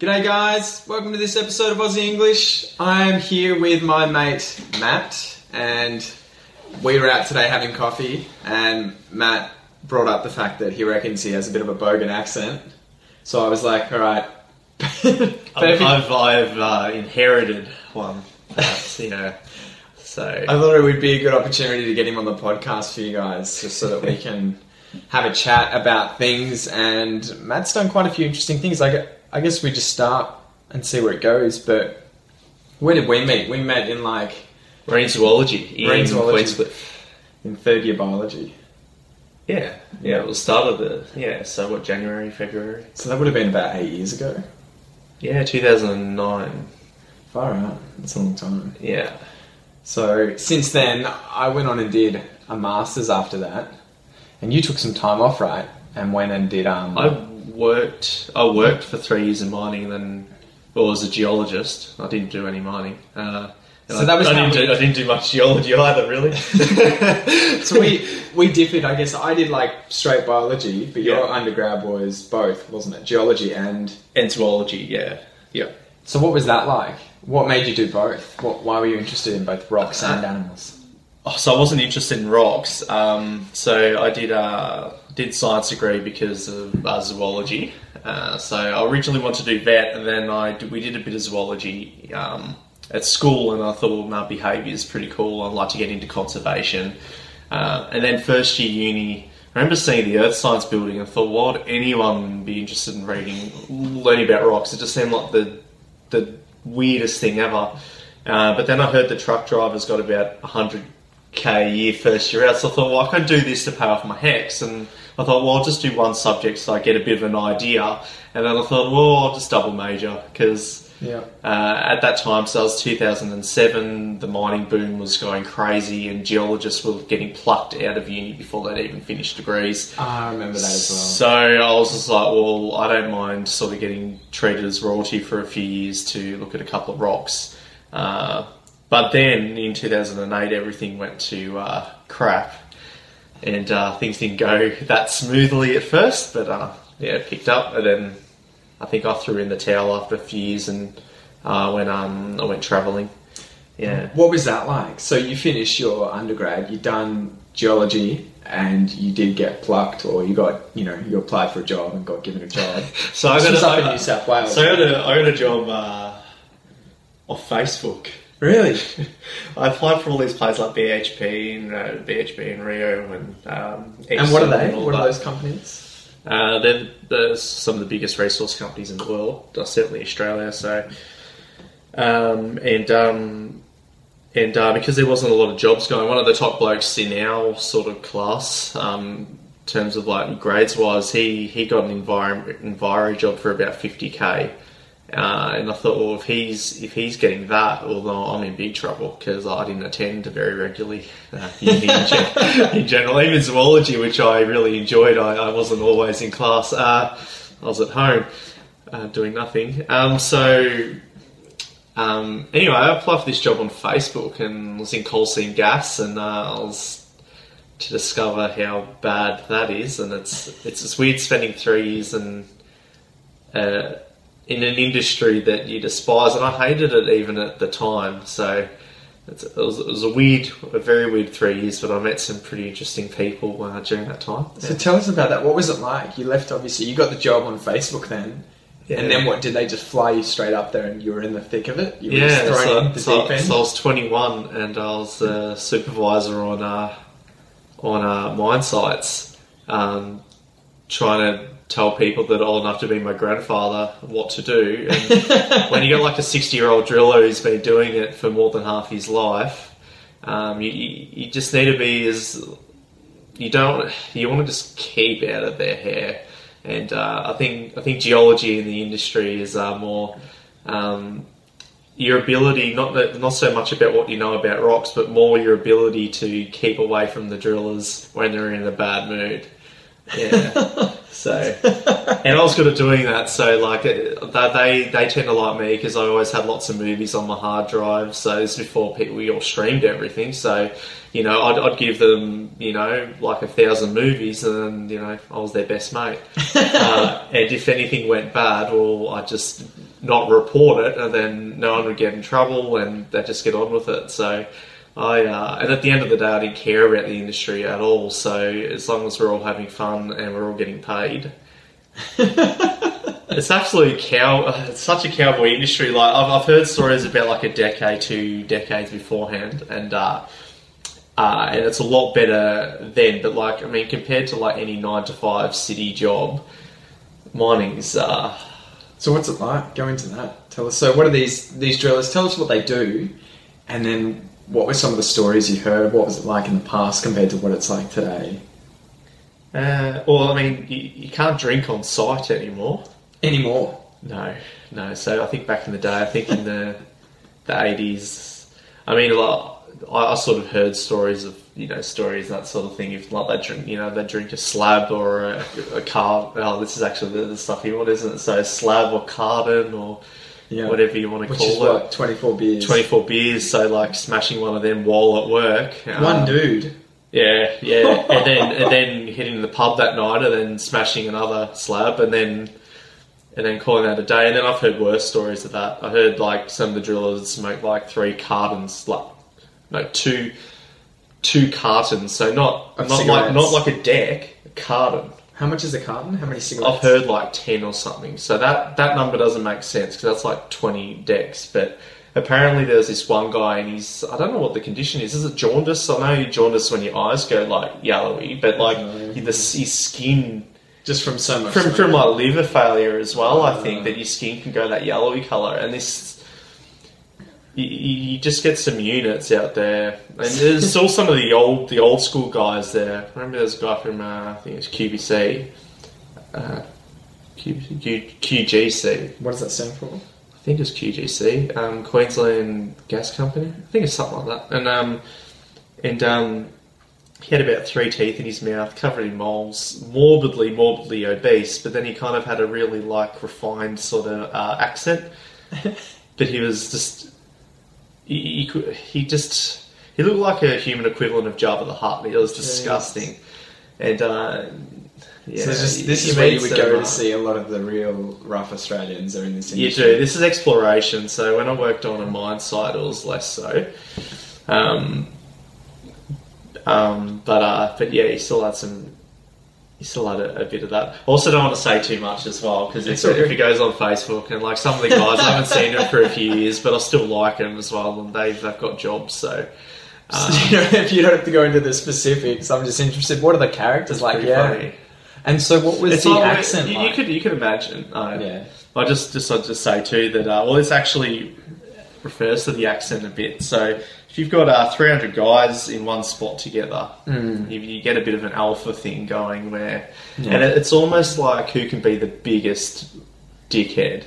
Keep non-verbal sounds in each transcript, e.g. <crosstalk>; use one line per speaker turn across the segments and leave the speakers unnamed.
G'day, guys. Welcome to this episode of Aussie English. I am here with my mate Matt, and we were out today having coffee. And Matt brought up the fact that he reckons he has a bit of a Bogan accent. So I was like, all right. <laughs>
I've,
Perfect.
I've, I've uh, inherited one, perhaps, you know. So,
I thought it would be a good opportunity to get him on the podcast for you guys, just so that we can have a chat about things. And Matt's done quite a few interesting things. Like, I guess we just start and see where it goes. But where did we meet? We met in like
marine zoology in
Marine zoology.
Queenscliff.
in third year biology,
Yeah, yeah, it was start of the, yeah, so what, January, February?
so that would have been about eight years ago.
Yeah, 2009.
Far out, that's a long time.
Yeah.
So since then, I went on and did a masters after that, and you took some time off, right? And went and did um.
I worked, I worked for three years in mining and then, well, as a geologist. I didn't do any mining. Uh, and
So
I,
that was
I
how
didn't,
we-
do, I didn't do much geology either, really.
<laughs> So we we differed, I guess. I did like straight biology, but your
Yeah.
undergrad was both, wasn't it? Geology and
and zoology, yeah. Yeah.
so. What was that like? What made you do both? What, why were you interested in both rocks and animals?
Oh, so I wasn't interested in rocks. Um, so I did uh, did science degree because of uh, zoology. Uh, so I originally wanted to do vet, and then I did, we did a bit of zoology um, at school, and I thought well, my behaviour is pretty cool. I'd like to get into conservation. Uh, and then first year uni, I remember seeing the Earth Science Building and thought, why would anyone be interested in reading learning about rocks? It just seemed like the the weirdest thing ever. Uh, but then I heard the truck driver's got about 100k a year first year out, so I thought, well, I can do this to pay off my hex. And I thought, well, I'll just do one subject so I get a bit of an idea. And then I thought, well, I'll just double major because
Yeah.
uh, at that time, so that was 2007, the mining boom was going crazy, and geologists were getting plucked out of uni before they'd even finished degrees.
I remember that as well.
So I was just like, well, I don't mind sort of getting treated as royalty for a few years to look at a couple of rocks. Uh, but then in 2008, everything went to uh, crap. And uh, things didn't go <laughs> that smoothly at first, but uh, yeah, it picked up. And then I think I threw in the towel after a few years and uh, when um, I went travelling. Yeah.
what was that like? So you finished your undergrad, you done geology, and you did get plucked, or you got you know you applied for a job and got given a job.
So I
This
got
was
a,
up in New South Wales.
So I got a, I got a job uh, off Facebook.
<laughs> really?
<laughs> I applied for all these places like BHP and uh, BHP in Rio and um,
And what are
Exxon
they?
all
What are
that.
those companies?
Uh, they're, they're some of the biggest resource companies in the world, uh, certainly Australia. So, um, and um, and uh, because there wasn't a lot of jobs going, one of the top blokes in our sort of class, um, in terms of like grades wise, he he got an enviro, enviro job for about fifty k. Uh, and I thought, well, if he's if he's getting that, well, then I'm in big trouble because I didn't attend very regularly uh, in, in, gen- <laughs> in general. Even zoology, which I really enjoyed, I, I wasn't always in class. Uh, I was at home uh, doing nothing. Um, so um, anyway, I applied for this job on Facebook and was in coal seam gas, and uh, I was to discover how bad that is, and it's it's, it's weird spending three years and uh, in an industry that you despise, and I hated it even at the time. So it's, it, was, it was a weird, a very weird three years, but I met some pretty interesting people uh, during that time.
So tell us about that. What was it like? You left obviously. You got the job on Facebook then. And then what? Did they just fly you straight up there, and you were in the thick of it? You were
Yeah,
just thrown
so,
in the
so-
deep end.
so I was 21 and I was a supervisor on uh, on uh, mine sites, um, trying to tell people that are old enough to be my grandfather what to do.
<laughs>
And when you got like a 60 year old driller who's been doing it for more than half his life, um, you, you, you just need to be as you don't you want to just keep out of their hair. And uh, I think I think geology in the industry is uh, more um, your ability not that, not so much about what you know about rocks, but more your ability to keep away from the drillers when they're in a bad mood. Yeah. <laughs> so, and I was good at doing that. So, like, it- they they, they tend to like me because I always had lots of movies on my hard drive. So this is before people we all streamed everything. So, you know, I'd, I'd give them you know like a thousand movies, and you know I was their best mate. uh, and if anything went bad, well, I just not report it, and then no one would get in trouble, and they just get on with it. So, I uh, and at the end of the day, I didn't care about the industry at all. So as long as we're all having fun and we're all getting paid, it's absolutely cow. It's such a cowboy industry. Like I've, I've heard stories about like a decade, two decades beforehand, and uh, uh, and it's a lot better then. But like I mean, compared to like any nine to five city job, mining's uh,
So what's it like? Go into that. Tell us. So what are these these drillers? Tell us what they do, and then what were some of the stories you heard? What was it like in the past compared to what it's like today?
uh, well, I mean, you, you can't drink on site anymore.
Anymore?
No, no. So I think back in the day, I think in the the eighties, I mean, a lot. I, I sort of heard stories of you know stories and that sort of thing. If like they drink, you know, they drink a slab or a, a carb. Oh, this is actually the, the stuff you want, isn't it? So slab or carbon or
Yeah.
whatever you want to
Which
call
is
it.
what twenty four beers.
Twenty-four beers, so like smashing one of them while at work.
One
um,
dude.
yeah,
<laughs>
yeah, and then and then hitting the pub that night, and then smashing another slab, and then and then calling that a day. And then I've heard worse stories of that. I heard like some of the drillers smoke like three cartons, like no two two cartons, so not
Of
not like
cigarettes.
not like a deck, a carton.
How much is a carton? How many cigarettes?
I've heard like ten or something. So that that number doesn't make sense because that's like twenty decks. But apparently there's this one guy and he's I don't know what the condition is. Is it jaundice? I know you jaundice when your eyes go like yellowy, but like
No.
the his skin
just from so much.
from
smoke.
from like liver failure as well. I think
Ah.
that your skin can go that yellowy color and this. You, you you just get some units out there, and there's
<laughs>
still some of the old the old school guys there. Remember, there's a guy from uh, I think it's QBC, uh, Q, Q, QGC.
What does that stand for?
I think it's QGC, um, Queensland Gas Company. I think it's something like that. And um, and um, he had about three teeth in his mouth, covered in moles, morbidly, morbidly obese. But then he kind of had a really like refined sort of uh, accent.
<laughs>
but he was just he, he cou- he just he looked like a human equivalent of Jabba the Hutt. It was disgusting. And uh, yeah,
so it's just, this
you
is where you
meet
would
some,
go
uh,
to see a lot of the real rough Australians are in this
you
industry.
do. This is exploration. So when I worked on a mine site, it was less so. Um, um, but uh, but yeah, you still had some. You still had a, a bit of that. I Also, don't want to say too much as well because if,
It's all
if
good.
it goes on Facebook and like some of the guys, I haven't seen them for a few years, but I still like them as well, and they they've got jobs. So
<laughs>
uh,
So, you know, if you don't have to go into the specifics, I'm just interested. What are the characters like?
pretty
Yeah.
funny.
And so, what was
It's
the
not like-
accent
you, you
like?
could you could imagine. uh,
Yeah.
I just just I just say too that uh, well, this actually refers to the accent a bit. So if you've got uh, 300 guys in one spot together, you, you get a bit of an alpha thing going where,
Hmm. Yeah.
and it, it's almost like who can be the biggest dickhead.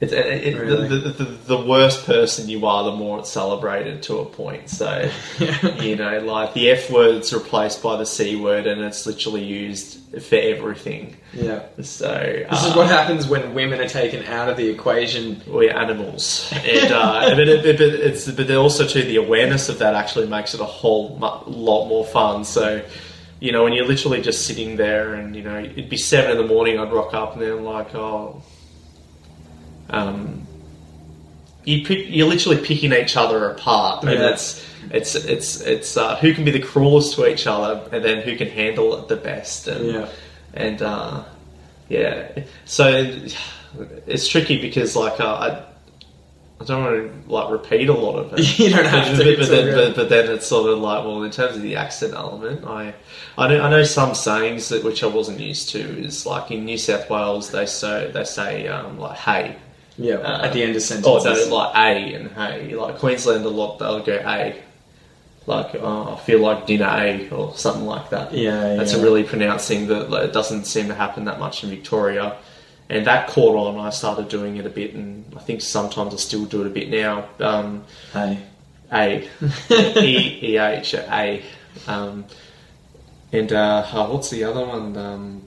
It's it, it, the-
Really?
the, the, the worse person you are, the more it's celebrated to a point. So
<laughs>
you know, like the F word's replaced by the C word, and it's literally used for everything.
yeah. Ah.
So uh,
This is what happens when women are taken out of the equation.
we're animals, and uh, but, it, but it's but then also too the awareness of that actually makes it a whole mu- lot more fun. So, you know, when you're literally just sitting there, and you know, it'd be seven in the morning, I'd rock up, and then I'm like, oh, um, you pick, you're literally picking each other apart, and
Yeah.
it's it's it's it's uh, who can be the cruelest to each other, and then who can handle it the best, and
Yeah.
and uh, yeah, so it's tricky because like uh, I, I don't want to like repeat a lot of
<laughs>
it.
You don't have to,
but, but,
it's
but, then,
all
but,
good.
but then it's sort of like well, in terms of the accent element, I I know, I know some sayings that which I wasn't used to is like in New South Wales they so they say um, like hey.
Yeah.
uh,
at the end of
Oh
sentences.
no, like a and hey. Like Queensland a lot they'll go a. Like oh, I feel like dinner a or something like that.
yeah.
That's
yeah.
a really pronouncing that like, it doesn't seem to happen that much in Victoria. And that caught on. I started doing it a bit, and I think sometimes I still do it a bit now. Um,
Hey. <laughs>
a E E H A, um, and uh, oh, what's the other one? Um,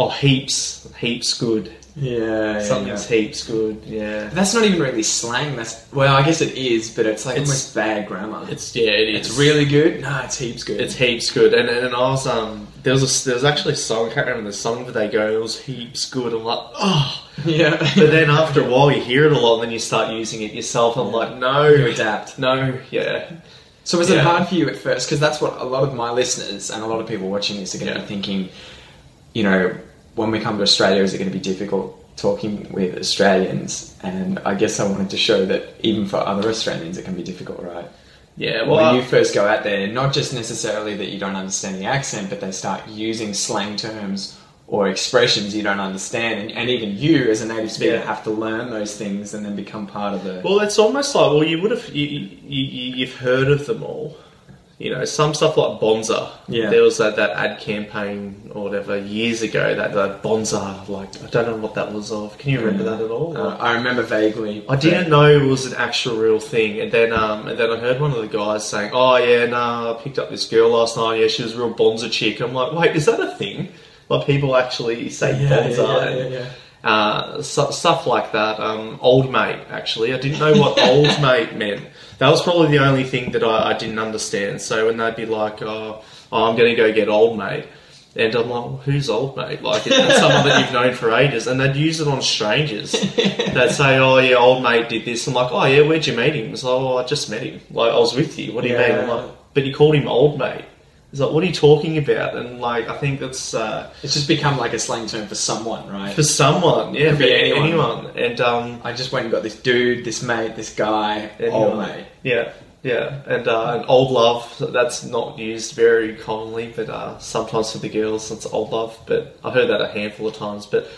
oh, heaps, heaps good.
Yeah. yeah.
Something's heaps good. Yeah,
That's not even really slang. That's well, I guess it is, but it's like
It's-
almost bad grammar. It's,
it's yeah, it is
really good. No, it's heaps good.
It's heaps good, and and I was um there was a, there was actually a song I can't remember the song, but they go it was heaps good. I'm like oh,
<laughs> <laughs> Yeah.
But then after a while, you hear it a lot, and then you start using it yourself. I'm like,
you
no,
adapt.
no, yeah,
So was it
Yeah.
hard for you at first? Because that's what a lot of my listeners and a lot of people watching this are going to
Yeah.
be thinking. You know, when we come to Australia, is it going to be difficult talking with Australians? And I guess I wanted to show that even for other Australians, it can be difficult, right?
yeah.
when
Well, uh,
you first go out there, not just necessarily that you don't understand the accent, but they start using slang terms or expressions you don't understand, and, and even you as a native speaker
Yeah.
have to learn those things and then become part of the.
Well, it's almost like well, you would have you, you, you- you've heard of them all. You know, some stuff like Bonza.
Yeah.
There was that, that ad campaign or whatever years ago that the Bonza like I don't know what that was of. Can you remember that at all?
Uh, I remember vaguely.
I
but-
didn't know it was an actual real thing, and then um, and then I heard one of the guys saying, "Oh yeah, nah, I picked up this girl last night. Yeah, she was a real bonza chick." I'm like, "Wait, is that a thing? Like people actually say
Yeah,
bonza
yeah, yeah,
and
yeah, yeah.
Uh, su- stuff like that." Um, old mate, actually, I didn't know what old
<laughs>
mate meant. That was probably the only thing that I, I didn't understand. So when they'd be like, "Oh, oh I'm going to go get old mate." And I'm like, well, who's old mate? Like, it's someone that you've known for ages, and they'd use it
<laughs>
on strangers they'd say, "Oh yeah, old mate did this." I'm like, "Oh yeah, where'd you meet him?" He's like, "Oh, I just met him. Like, I was with you. What do you
Yeah.
mean?" I'm like, "But you called him old mate." He's like, "What are you talking about?" And like, I think that's uh,
It's just become like a slang term for someone, right?
for someone, yeah,
Could
for
be anyone.
anyone. And um,
I just went and got this dude, this mate, this guy,
anyone.
old mate.
yeah, yeah, and uh, and old love. so That's not used very commonly, but uh, sometimes for the girls, it's old love. But I heard that a handful of times, but.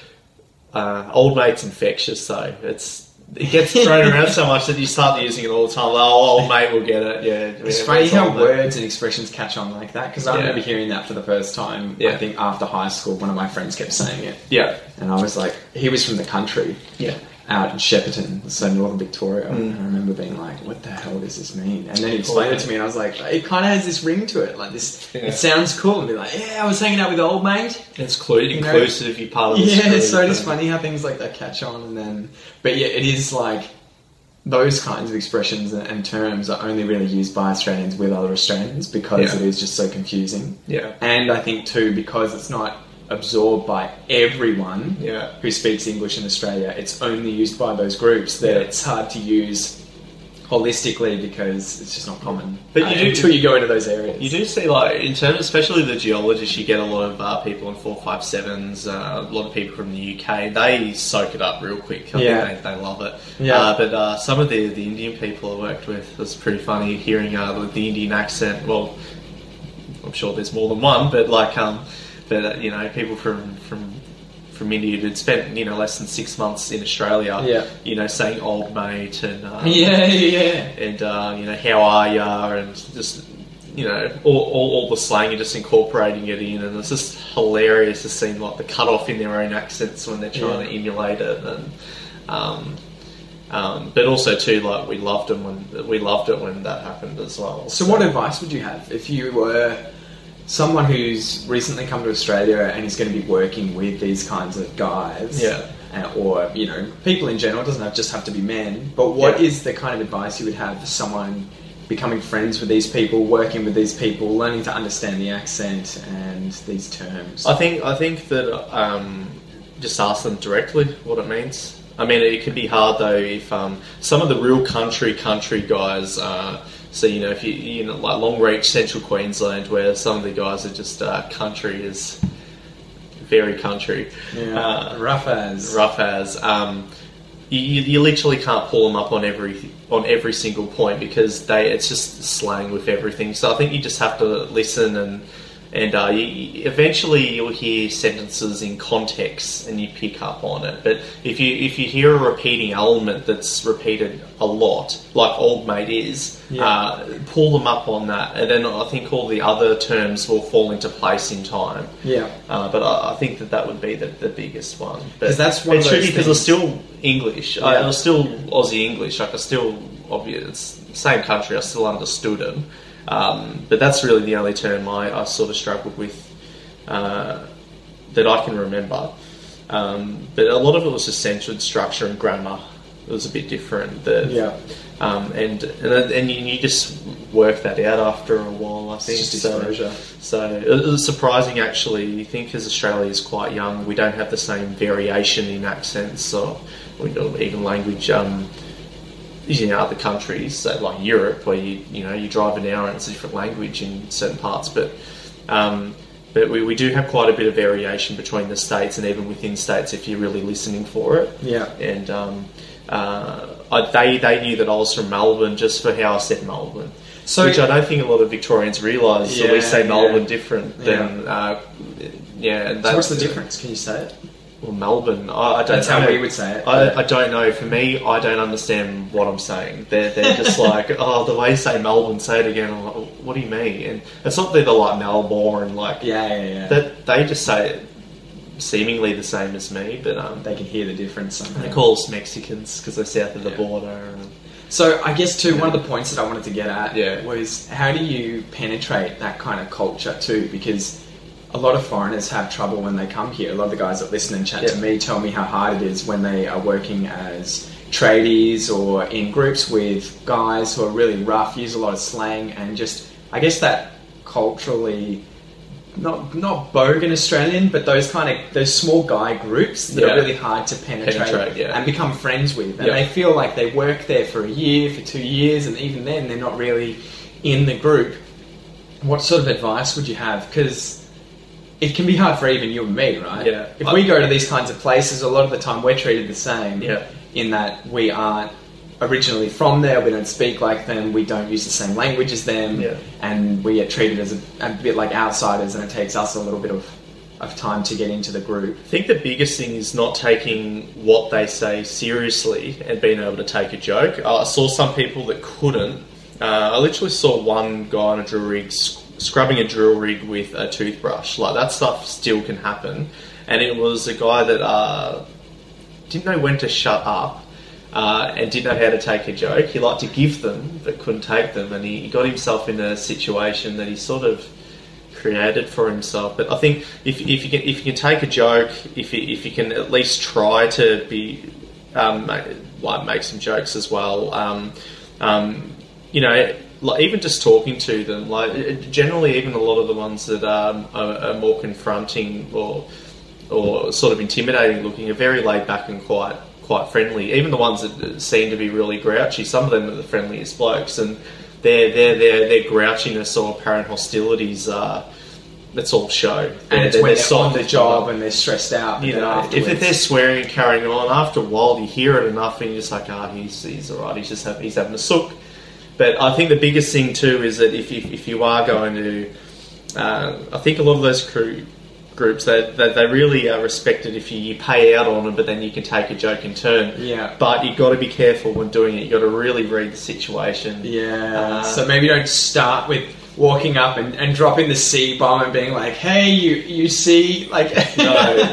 uh, old mate's infectious, so it's it gets thrown around so much that you start using it all the time. Like, oh, old mate will get it. Yeah,
It's
yeah,
funny
that's
how
old mate.
words and expressions catch on like that because I
Yeah.
remember hearing that for the first time. I
Yeah.
think after high school, one of my friends kept saying it.
Yeah,
And I was like, he was from the country,
yeah, Mm.
out in Shepparton, so northern Victoria. And I remember being like, what the hell does this mean? And then he explained it to me, and I was like, it kind of has this ring to it. Like, this,
Yeah.
it sounds cool. And be like, yeah, I was hanging out with the old mate.
it's clu-
know-
inclusive. You're part of the
Yeah,
screen,
it's so just
but-
funny how things like that catch on, and then, but yeah, it is like those kinds of expressions and, and terms are only really used by Australians with other Australians because
Yeah.
it is just so confusing.
Yeah,
And I think too because it's not absorbed by everyone
yeah,
who speaks English in Australia, it's only used by those groups that
Yeah.
it's hard to use holistically because it's just not common.
But
Uh,
you do-
until you go into those areas.
You do see, like, in terms, especially the geologists, you get a lot of uh, people in 457s, uh, a lot of people from the UK. They soak it up real quick. I
Yeah.
think they, they love it.
Yeah.
Uh, but uh, some of the, the Indian people I worked with, it's pretty funny hearing uh, the, the Indian accent. Well, I'm sure there's more than one, but like, um, but uh, you know, people from from from India who'd spent you know less than six months in Australia,
Yeah.
you know, saying old mate and
<laughs>
uh,
<laughs> Yeah, yeah.
and uh, you know how are ya and just you know all, all, all the slang and just incorporating it in and it's just hilarious to see like the cut off in their own accents when they're trying
Yeah.
to emulate it and um, um, but also too like we loved them when we loved it when that happened as well
So, what advice would you have if you were someone who's recently come to Australia and is going to be working with these kinds of guys?
Yeah.
uh, Or you know, people in general it doesn't have, just have to be men. But what is the
Yeah.
kind of advice you would have for someone becoming friends with these people, working with these people, learning to understand the accent and these terms?
I think I think that um, just ask them directly what it means. I mean, it can be hard though if um, some of the real country country guys. Uh, so you know, if you you know like Longreach, Central Queensland, where some of the guys are just uh, country is very country.
yeah,
Uh,
rough as
rough as. Um, you, you, you literally can't pull them up on every on every single point because they it's just slang with everything. So I think you just have to listen and and uh, you- you, eventually you'll hear sentences in context and you pick up on it. But if you if you hear a repeating element that's repeated a lot, like old mate is,
Yeah.
uh, pull them up on that, and then I think all the other terms will fall into place in time.
Yeah.
Uh, but I, I think that that would be the, the biggest one.
'Cause
But
that's one
it's
of those
tricky because
things-
it's still English. I,
Yeah.
it was still Aussie English. Like I still obvious same country. I still understood it. Um, but that's really the only term I, I sort of struggled with uh, that I can remember. Um, but a lot of it was just centered structure and grammar. It was a bit different. The,
Yeah.
um, and and and you, you just work that out after a while. I think
It's just
so.
exposure.
So it it was surprising, actually. I think as Australia is quite young, we don't have the same variation in accents or, or even language. Um, you know, other countries so like Europe, where you you know you drive an hour and it's a different language in certain parts, but um, but we, we do have quite a bit of variation between the states and even within states if you're really listening for it
Yeah.
and um, uh, I, they they knew that I was from Melbourne just for how I said Melbourne,
So-
which I don't think a lot of Victorians realise that
Yeah,
we say
yeah.
Melbourne different than yeah. Uh, yeah and
So what's the
that's-
difference? Can you say it?
Well, Melbourne. I, I don't
That's
know.
how we would say it.
I, I don't know. For me, I don't understand what I'm saying. They're, they're
<laughs>
just like, oh, the way you say Melbourne, say it again. I'm like, "Oh, what do you mean? And it's not that they're like Melbourne, like
yeah, yeah, yeah.
that. They just say it seemingly the same as me, but um,
they can hear the difference somehow.
they call us Mexicans because they're south of the
Yeah.
border. And,
So I guess too, one of the points that I wanted to get at
Yeah.
was how do you penetrate that kind of culture too? Because a lot of foreigners have trouble when they come here. A lot of the guys that listen and chat to
Yeah.
me tell me how hard it is when they are working as tradies or in groups with guys who are really rough, use a lot of slang, and just I guess that culturally not not bogan Australian, but those kind of those small guy groups that
Yeah.
are really hard to penetrate,
Penetrate, yeah.
and become friends with, and
Yeah.
they feel like they work there for a year, for two years, and even then they're not really in the group. What sort of advice would you have? Because it can be hard for even you and me, right?
Yeah.
If we go to these kinds of places, a lot of the time we're treated the same.
Yeah.
In that we aren't originally from there, we don't speak like them, we don't use the same language as them,
Yeah.
and we get treated as a, a bit like outsiders, and it takes us a little bit of, of time to get into the group.
I think the biggest thing is not taking what they say seriously and being able to take a joke. I saw some people that couldn't. Uh, I literally saw one guy on a drill rig sc- scrubbing a drill rig with a toothbrush. Like that stuff still can happen. And it was a guy that uh, didn't know when to shut up uh, and didn't know how to take a joke. He liked to give them, but couldn't take them. And he, he got himself in a situation that he sort of created for himself. But I think if, if you can if you can take a joke, if you, if you can at least try to be um, ma- like make some jokes as well. Um, um, you know, like even just talking to them, like uh, generally, even a lot of the ones that um, are, are more confronting or or sort of intimidating looking are very laid back and quite quite friendly. Even the ones that seem to be really grouchy, some of them are the friendliest blokes, and their their their their grouchiness or apparent hostilities are. That's all show,
And it's
They're-
when they're
they're
on
soft
the
as well.
job and they're stressed out.
You
and then
know, if,
afterwards-
if they're swearing and carrying on, after a while you hear it enough and you're just like, ah, he's, he's all right, he's just having, he's having a sook. But I think the biggest thing too is that if, if, if you are going to, uh, I think a lot of those crew groups, they, they, they really are respected if you, you pay out on them, but then you can take a joke in turn.
Yeah.
But you've got to be careful when doing it. You've got to really read the situation.
Yeah.
Uh,
so maybe don't start with walking up and, and dropping the C bomb and being like, "Hey, you you see like." <laughs>
no,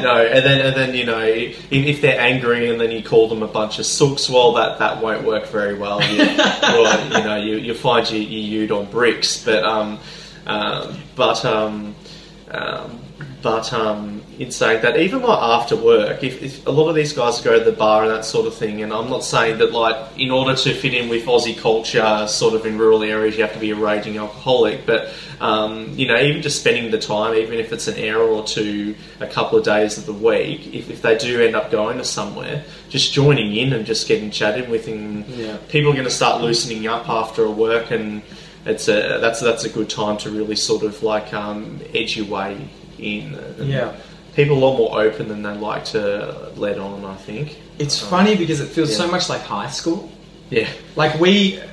no, and then and then you know if, if they're angry and then you call them a bunch of sooks, well that, that won't work very well. You, well, you know you you find you you on bricks, but um, um but um, um, but um, in saying that, even like after work, if, if a lot of these guys go to the bar and that sort of thing, and I'm not saying that like in order to fit in with Aussie culture, sort of in rural areas, you have to be a raging alcoholic, but um, you know, even just spending the time, even if it's an hour or two, a couple of days of the week, if, if they do end up going to somewhere, just joining in and just getting chatted with, and
Yeah.
people are going to start loosening up after a work and it's a that's that's a good time to really sort of like um, edge your way in. And
Yeah.
people are a lot more open than they like to let on. I think.
It's funny because it feels
Yeah.
so much like high school.
Yeah,
Like we,
Yeah.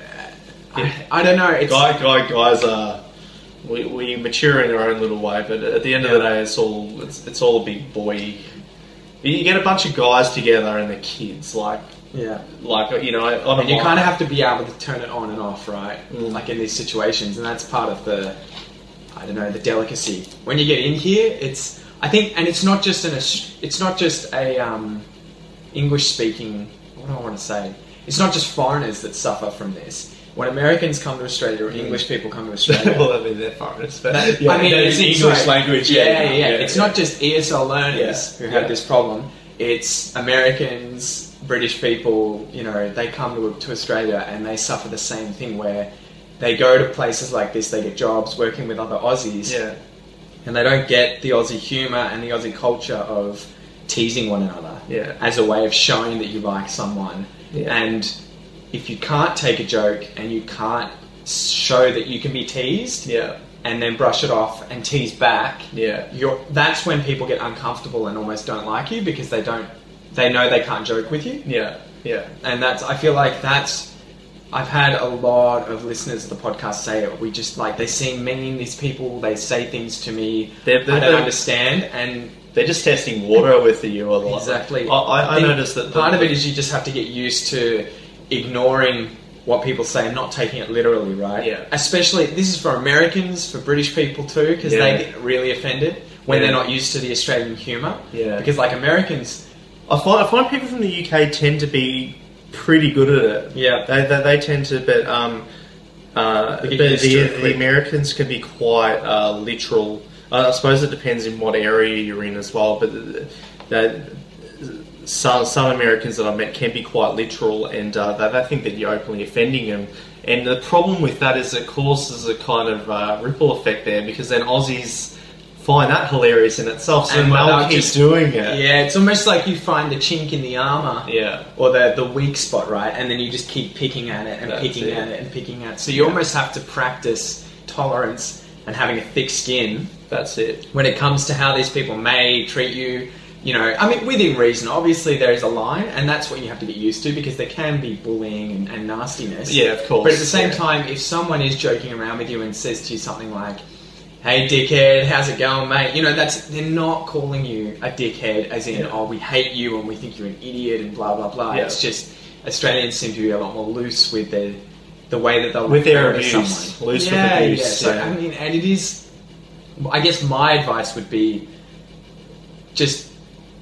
I, I don't know. It's
guy, guy, guys are. We, we mature in our own little way, but at the end of the day, it's all it's, it's all a big boy. You get a bunch of guys together and the kids, like
yeah.
like you know, on a
And you
mi-
kind of have to be able to turn it on and off, right? Like in these situations, and that's part of the, I don't know, the delicacy. When you get in here, it's I think, and it's not just an Aus- it's not just a um, English speaking. What do I want to say? It's not just foreigners that suffer from this. When Americans come to Australia or English people come to
<laughs>
Australia,
<laughs> well, I mean, they're foreigners, but
That-
yeah,
I mean,
they
it's
use
sorry.
English language.
Yeah, yeah,
yeah,
yeah. It's not just ESL learners
Yeah.
who have
Yeah.
this problem. It's Americans, British people. You know, they come to, to Australia and they suffer the same thing where they go to places like this, they get jobs working with other Aussies,
Yeah.
and they don't get the Aussie humour and the Aussie culture of teasing one another
Yeah.
as a way of showing that you like someone.
Yeah.
And if you can't take a joke and you can't s- show that you can be teased
Yeah.
and then brush it off and tease back,
Yeah.
you're, that's when people get uncomfortable and almost don't like you because they don't they know they can't joke with you
Yeah. Yeah.
and that's I feel like that's I've had a lot of listeners of the podcast say we just like they seem mean these people they say things to me
They're- they're-
I don't
they're-
understand and
They're just testing water with the you a lot.
exactly
I, I, I
think
noticed that the,
part of it is you just have to get used to ignoring what people say and not taking it literally right
Yeah.
especially this is for Americans for British people too because
Yeah.
they get really offended when
Yeah.
they're not used to the Australian humour
Yeah.
because like Americans
I find, I find people from the UK tend to be pretty good at it.
Yeah.
They, they, they tend to, but, um, uh,
They
but
get
the,
used to it
the
quick.
Americans can be quite uh, literal. Uh, I I suppose it depends in what area you're in as well, but th- that some, some Americans that I've met can be quite literal and uh, they, they think that you're openly offending them. And the problem with that is it causes a kind of uh, ripple effect there because then Aussies find that hilarious in itself, so
And
they'll
they'll
keep
just-
doing it.
yeah it's almost like you find the chink in the armour
Yeah.
or the the weak spot, right? And then you just keep picking at it and
That's
picking
it.
at it and picking at it. So you
Yeah.
almost have to practice tolerance and having a thick skin
That's it.
when it comes to how these people may treat you. You know, I mean, within reason. Obviously, there is a line, and that's what you have to get used to because there can be bullying and, and nastiness.
Yeah, of course.
But at the same
Yeah.
time, if someone is joking around with you and says to you something like, "Hey, dickhead, how's it going, mate?" You know, that's they're not calling you a dickhead as in,
Yeah.
"Oh, we hate you and we think you're an idiot" and blah blah blah.
Yeah.
It's just Australians seem to be a lot more loose with their the way that they'll
With their
refer to
abuse.
someone.
Loose with
yeah,
abuse,
Yeah. So
yeah.
I mean, and it is. I guess my advice would be just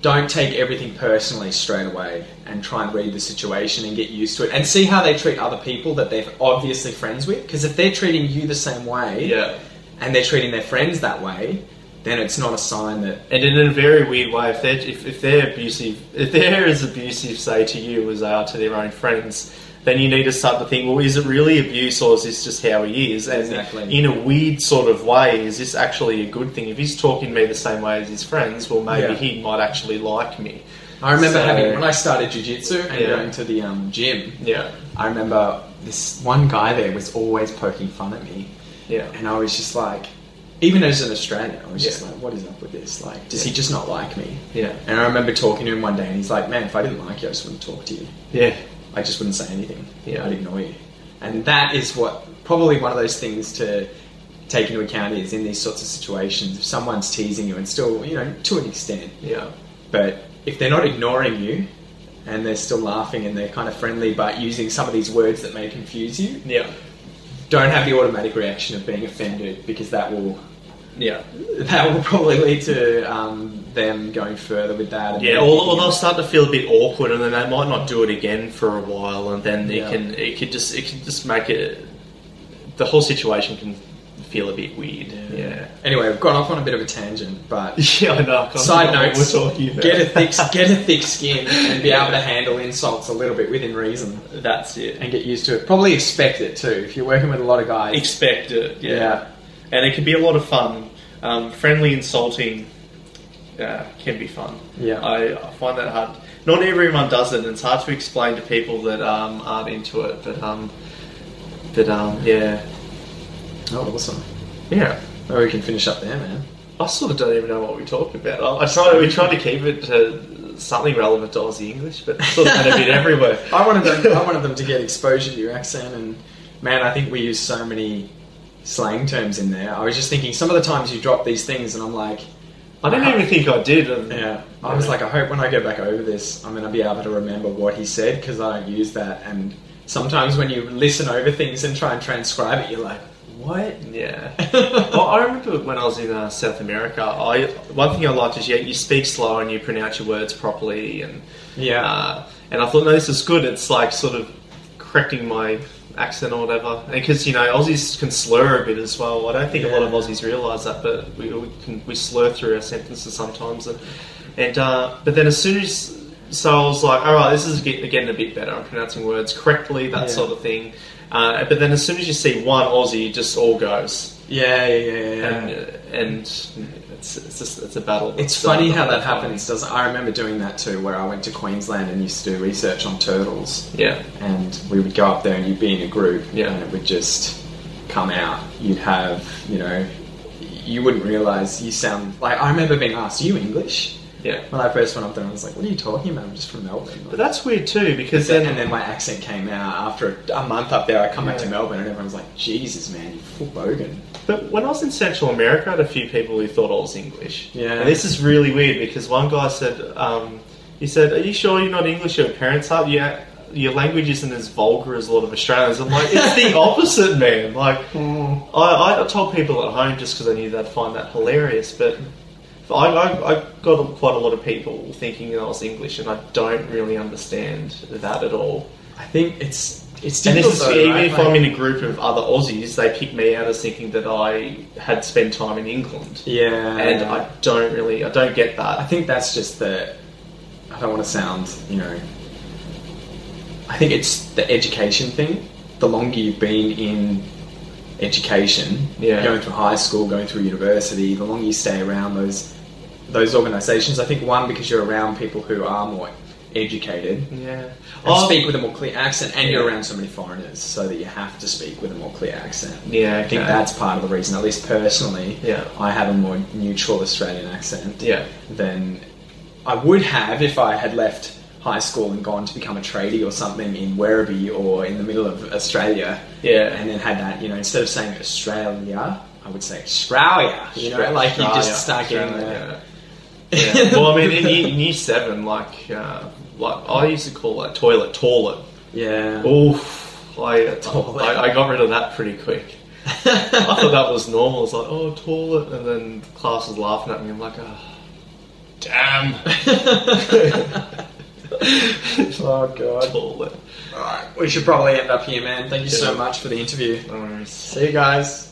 don't take everything personally straight away and try and read the situation and get used to it and see how they treat other people that they're obviously friends with because if they're treating you the same way
Yeah.
and they're treating their friends that way then it's not a sign that
And in a very weird way, if they're, if, if they're abusive, if they're as abusive, say, to you as they are to their own friends, then you need to start to think, well, is it really abuse or is this just how he is? And
Exactly.
in a weird sort of way, is this actually a good thing? If he's talking to me the same way as his friends, well, maybe
Yeah.
he might actually like me.
I remember
So-
having when I started jiu-jitsu and
Yeah.
going to the um, gym
Yeah.
I remember this one guy there was always poking fun at me
Yeah.
and I was just like even as an Australian I was just
Yeah.
like what is up with this like does
Yeah.
he just not like me
Yeah.
And I remember talking to him one day, and he's like, "Man, if I didn't like you, I just wouldn't talk to you.
Yeah.
I just wouldn't say anything.
Yeah.
I'd ignore you." And that is what probably one of those things to take into account is in these sorts of situations. If someone's teasing you, and still, you know, to an extent,
Yeah.
but if they're not ignoring you and they're still laughing and they're kind of friendly, but using some of these words that may confuse you,
Yeah.
don't have the automatic reaction of being offended because that will
Yeah.
that will probably lead to um, them going further with that. and
Yeah,
then
or,
picking
or
up
they'll start to feel a bit awkward, and then they might not do it again for a while, and then it
Yeah.
can it could just it could just make it the whole situation can feel a bit weird. Yeah,
Anyway, we've gone off on a bit of a tangent,
<laughs>
but
yeah, I know. I can't
side
remember what
notes:
we're talking about.
get a thick
<laughs>
get a thick skin and be
Yeah.
able to handle insults a little bit within reason,
That's it.
and get used to it. Probably expect it too if you're working with a lot of guys.
Expect it. Yeah,
Yeah.
and it can be a lot of fun. Um, friendly insulting uh, can be fun.
Yeah.
I, I find that hard. Not everyone does it, and it's hard to explain to people that um, aren't into it. But um, but um, yeah,
oh, awesome!
yeah.
Oh, we can finish up there, man.
I sort of don't even know what we talked about. I, I tried, we tried to keep it to something relevant to Aussie English, but it's sort of
<laughs>
had a bit everywhere.
I wanted them. I wanted them to get exposure to your accent, and man, I think we use so many slang terms in there. I was just thinking some of the times you drop these things, and I'm like,
I didn't even think I did. and-
Yeah, I was like, I hope when I go back over this, I'm going to be able to remember what he said because I don't use that. And sometimes when you listen over things and try and transcribe it, you're like, what?
yeah. well, I remember when I was in uh, South America. I one thing I liked is yeah, you speak slow and you pronounce your words properly, and
Yeah.
uh, and I thought no, this is good. It's like sort of correcting my accent or whatever, because you know Aussies can slur a bit as well. I don't think a lot of
Yeah.
Aussies realise that, but we we, can, we slur through our sentences sometimes, and and uh, but then as soon as so I was like, all right, this is get- getting a bit better. I'm pronouncing words correctly, that
Yeah.
sort of thing. Uh, but then as soon as you see one Aussie, it just all goes.
Yeah, yeah, yeah, yeah.
And, uh, and it's, it's, just, it's a battle.
It's
uh,
funny how
not
that
fun.
happens, doesn't I remember doing that too, where I went to Queensland and used to do research on turtles,
Yeah.
and we would go up there and you'd be in a group,
Yeah.
and it would just come out. You'd have, you know, you wouldn't realise you sound like I remember being asked, "Are you English?"
Yeah.
When I first went up there, I was like, "What are you talking about? I'm just from Melbourne."
But that's weird too, because
then,
then.
and then my accent came out after a month up there. I come back to
Yeah.
Melbourne and everyone's like, "Jesus, man, you full bogan."
But when I was in Central America, I had a few people who thought I was English.
Yeah.
And this is really weird because one guy said, um, he said, "Are you sure you're not English? Your parents are. Yeah, your language isn't as vulgar as a lot of Australians." I'm like, it's the opposite, man. Like, I, I told people at home just because I knew they'd find that hilarious, but. I, I, I got quite a lot of people thinking I was English, and I don't really understand that at all.
I think it's it's
And this
difficult.
is
though,
even
right?
if
Like-
I'm in a group of other Aussies, they pick me out as thinking that I had spent time in England,
yeah,
and I don't really, I don't get
I
that.
think that's just the. I don't want to sound, you know. I think it's the education thing. The longer you've been in education,
Yeah.
going through high school, going through university, the longer you stay around those those organisations. I think one because you're around people who are more educated. and
Yeah, Oh,
speak with a more clear accent, and you're
Yeah.
around so many foreigners, so that you have to speak with a more clear accent.
Yeah,
I think
okay.
that's part of the reason. At least personally,
Yeah.
I have a more neutral Australian accent
Yeah,
than I would have if I had left high school and gone to become a tradie or something in Werribee or in the middle of Australia.
Yeah.
And then had that, you know, instead of saying Australia, I would say Australia. You know,
Stra-
like you
Australia,
just start getting
Australia,
the.
yeah. Yeah. well, I mean, in year, in year seven, like, uh, like I used to call that toilet toilet.
<laughs> Yeah.
Oof, I, uh,
<laughs> Toilet.
I I got rid of that pretty quick. <laughs> I thought that was normal. It's like, oh, toilet, and then class was laughing at me. I'm like, oh, damn.
<laughs>
<laughs>
Oh, God.
toilet.
<laughs> All right. We should probably end up here, man. Thank you so
Yeah.
much for the interview.
No worries.
See you guys.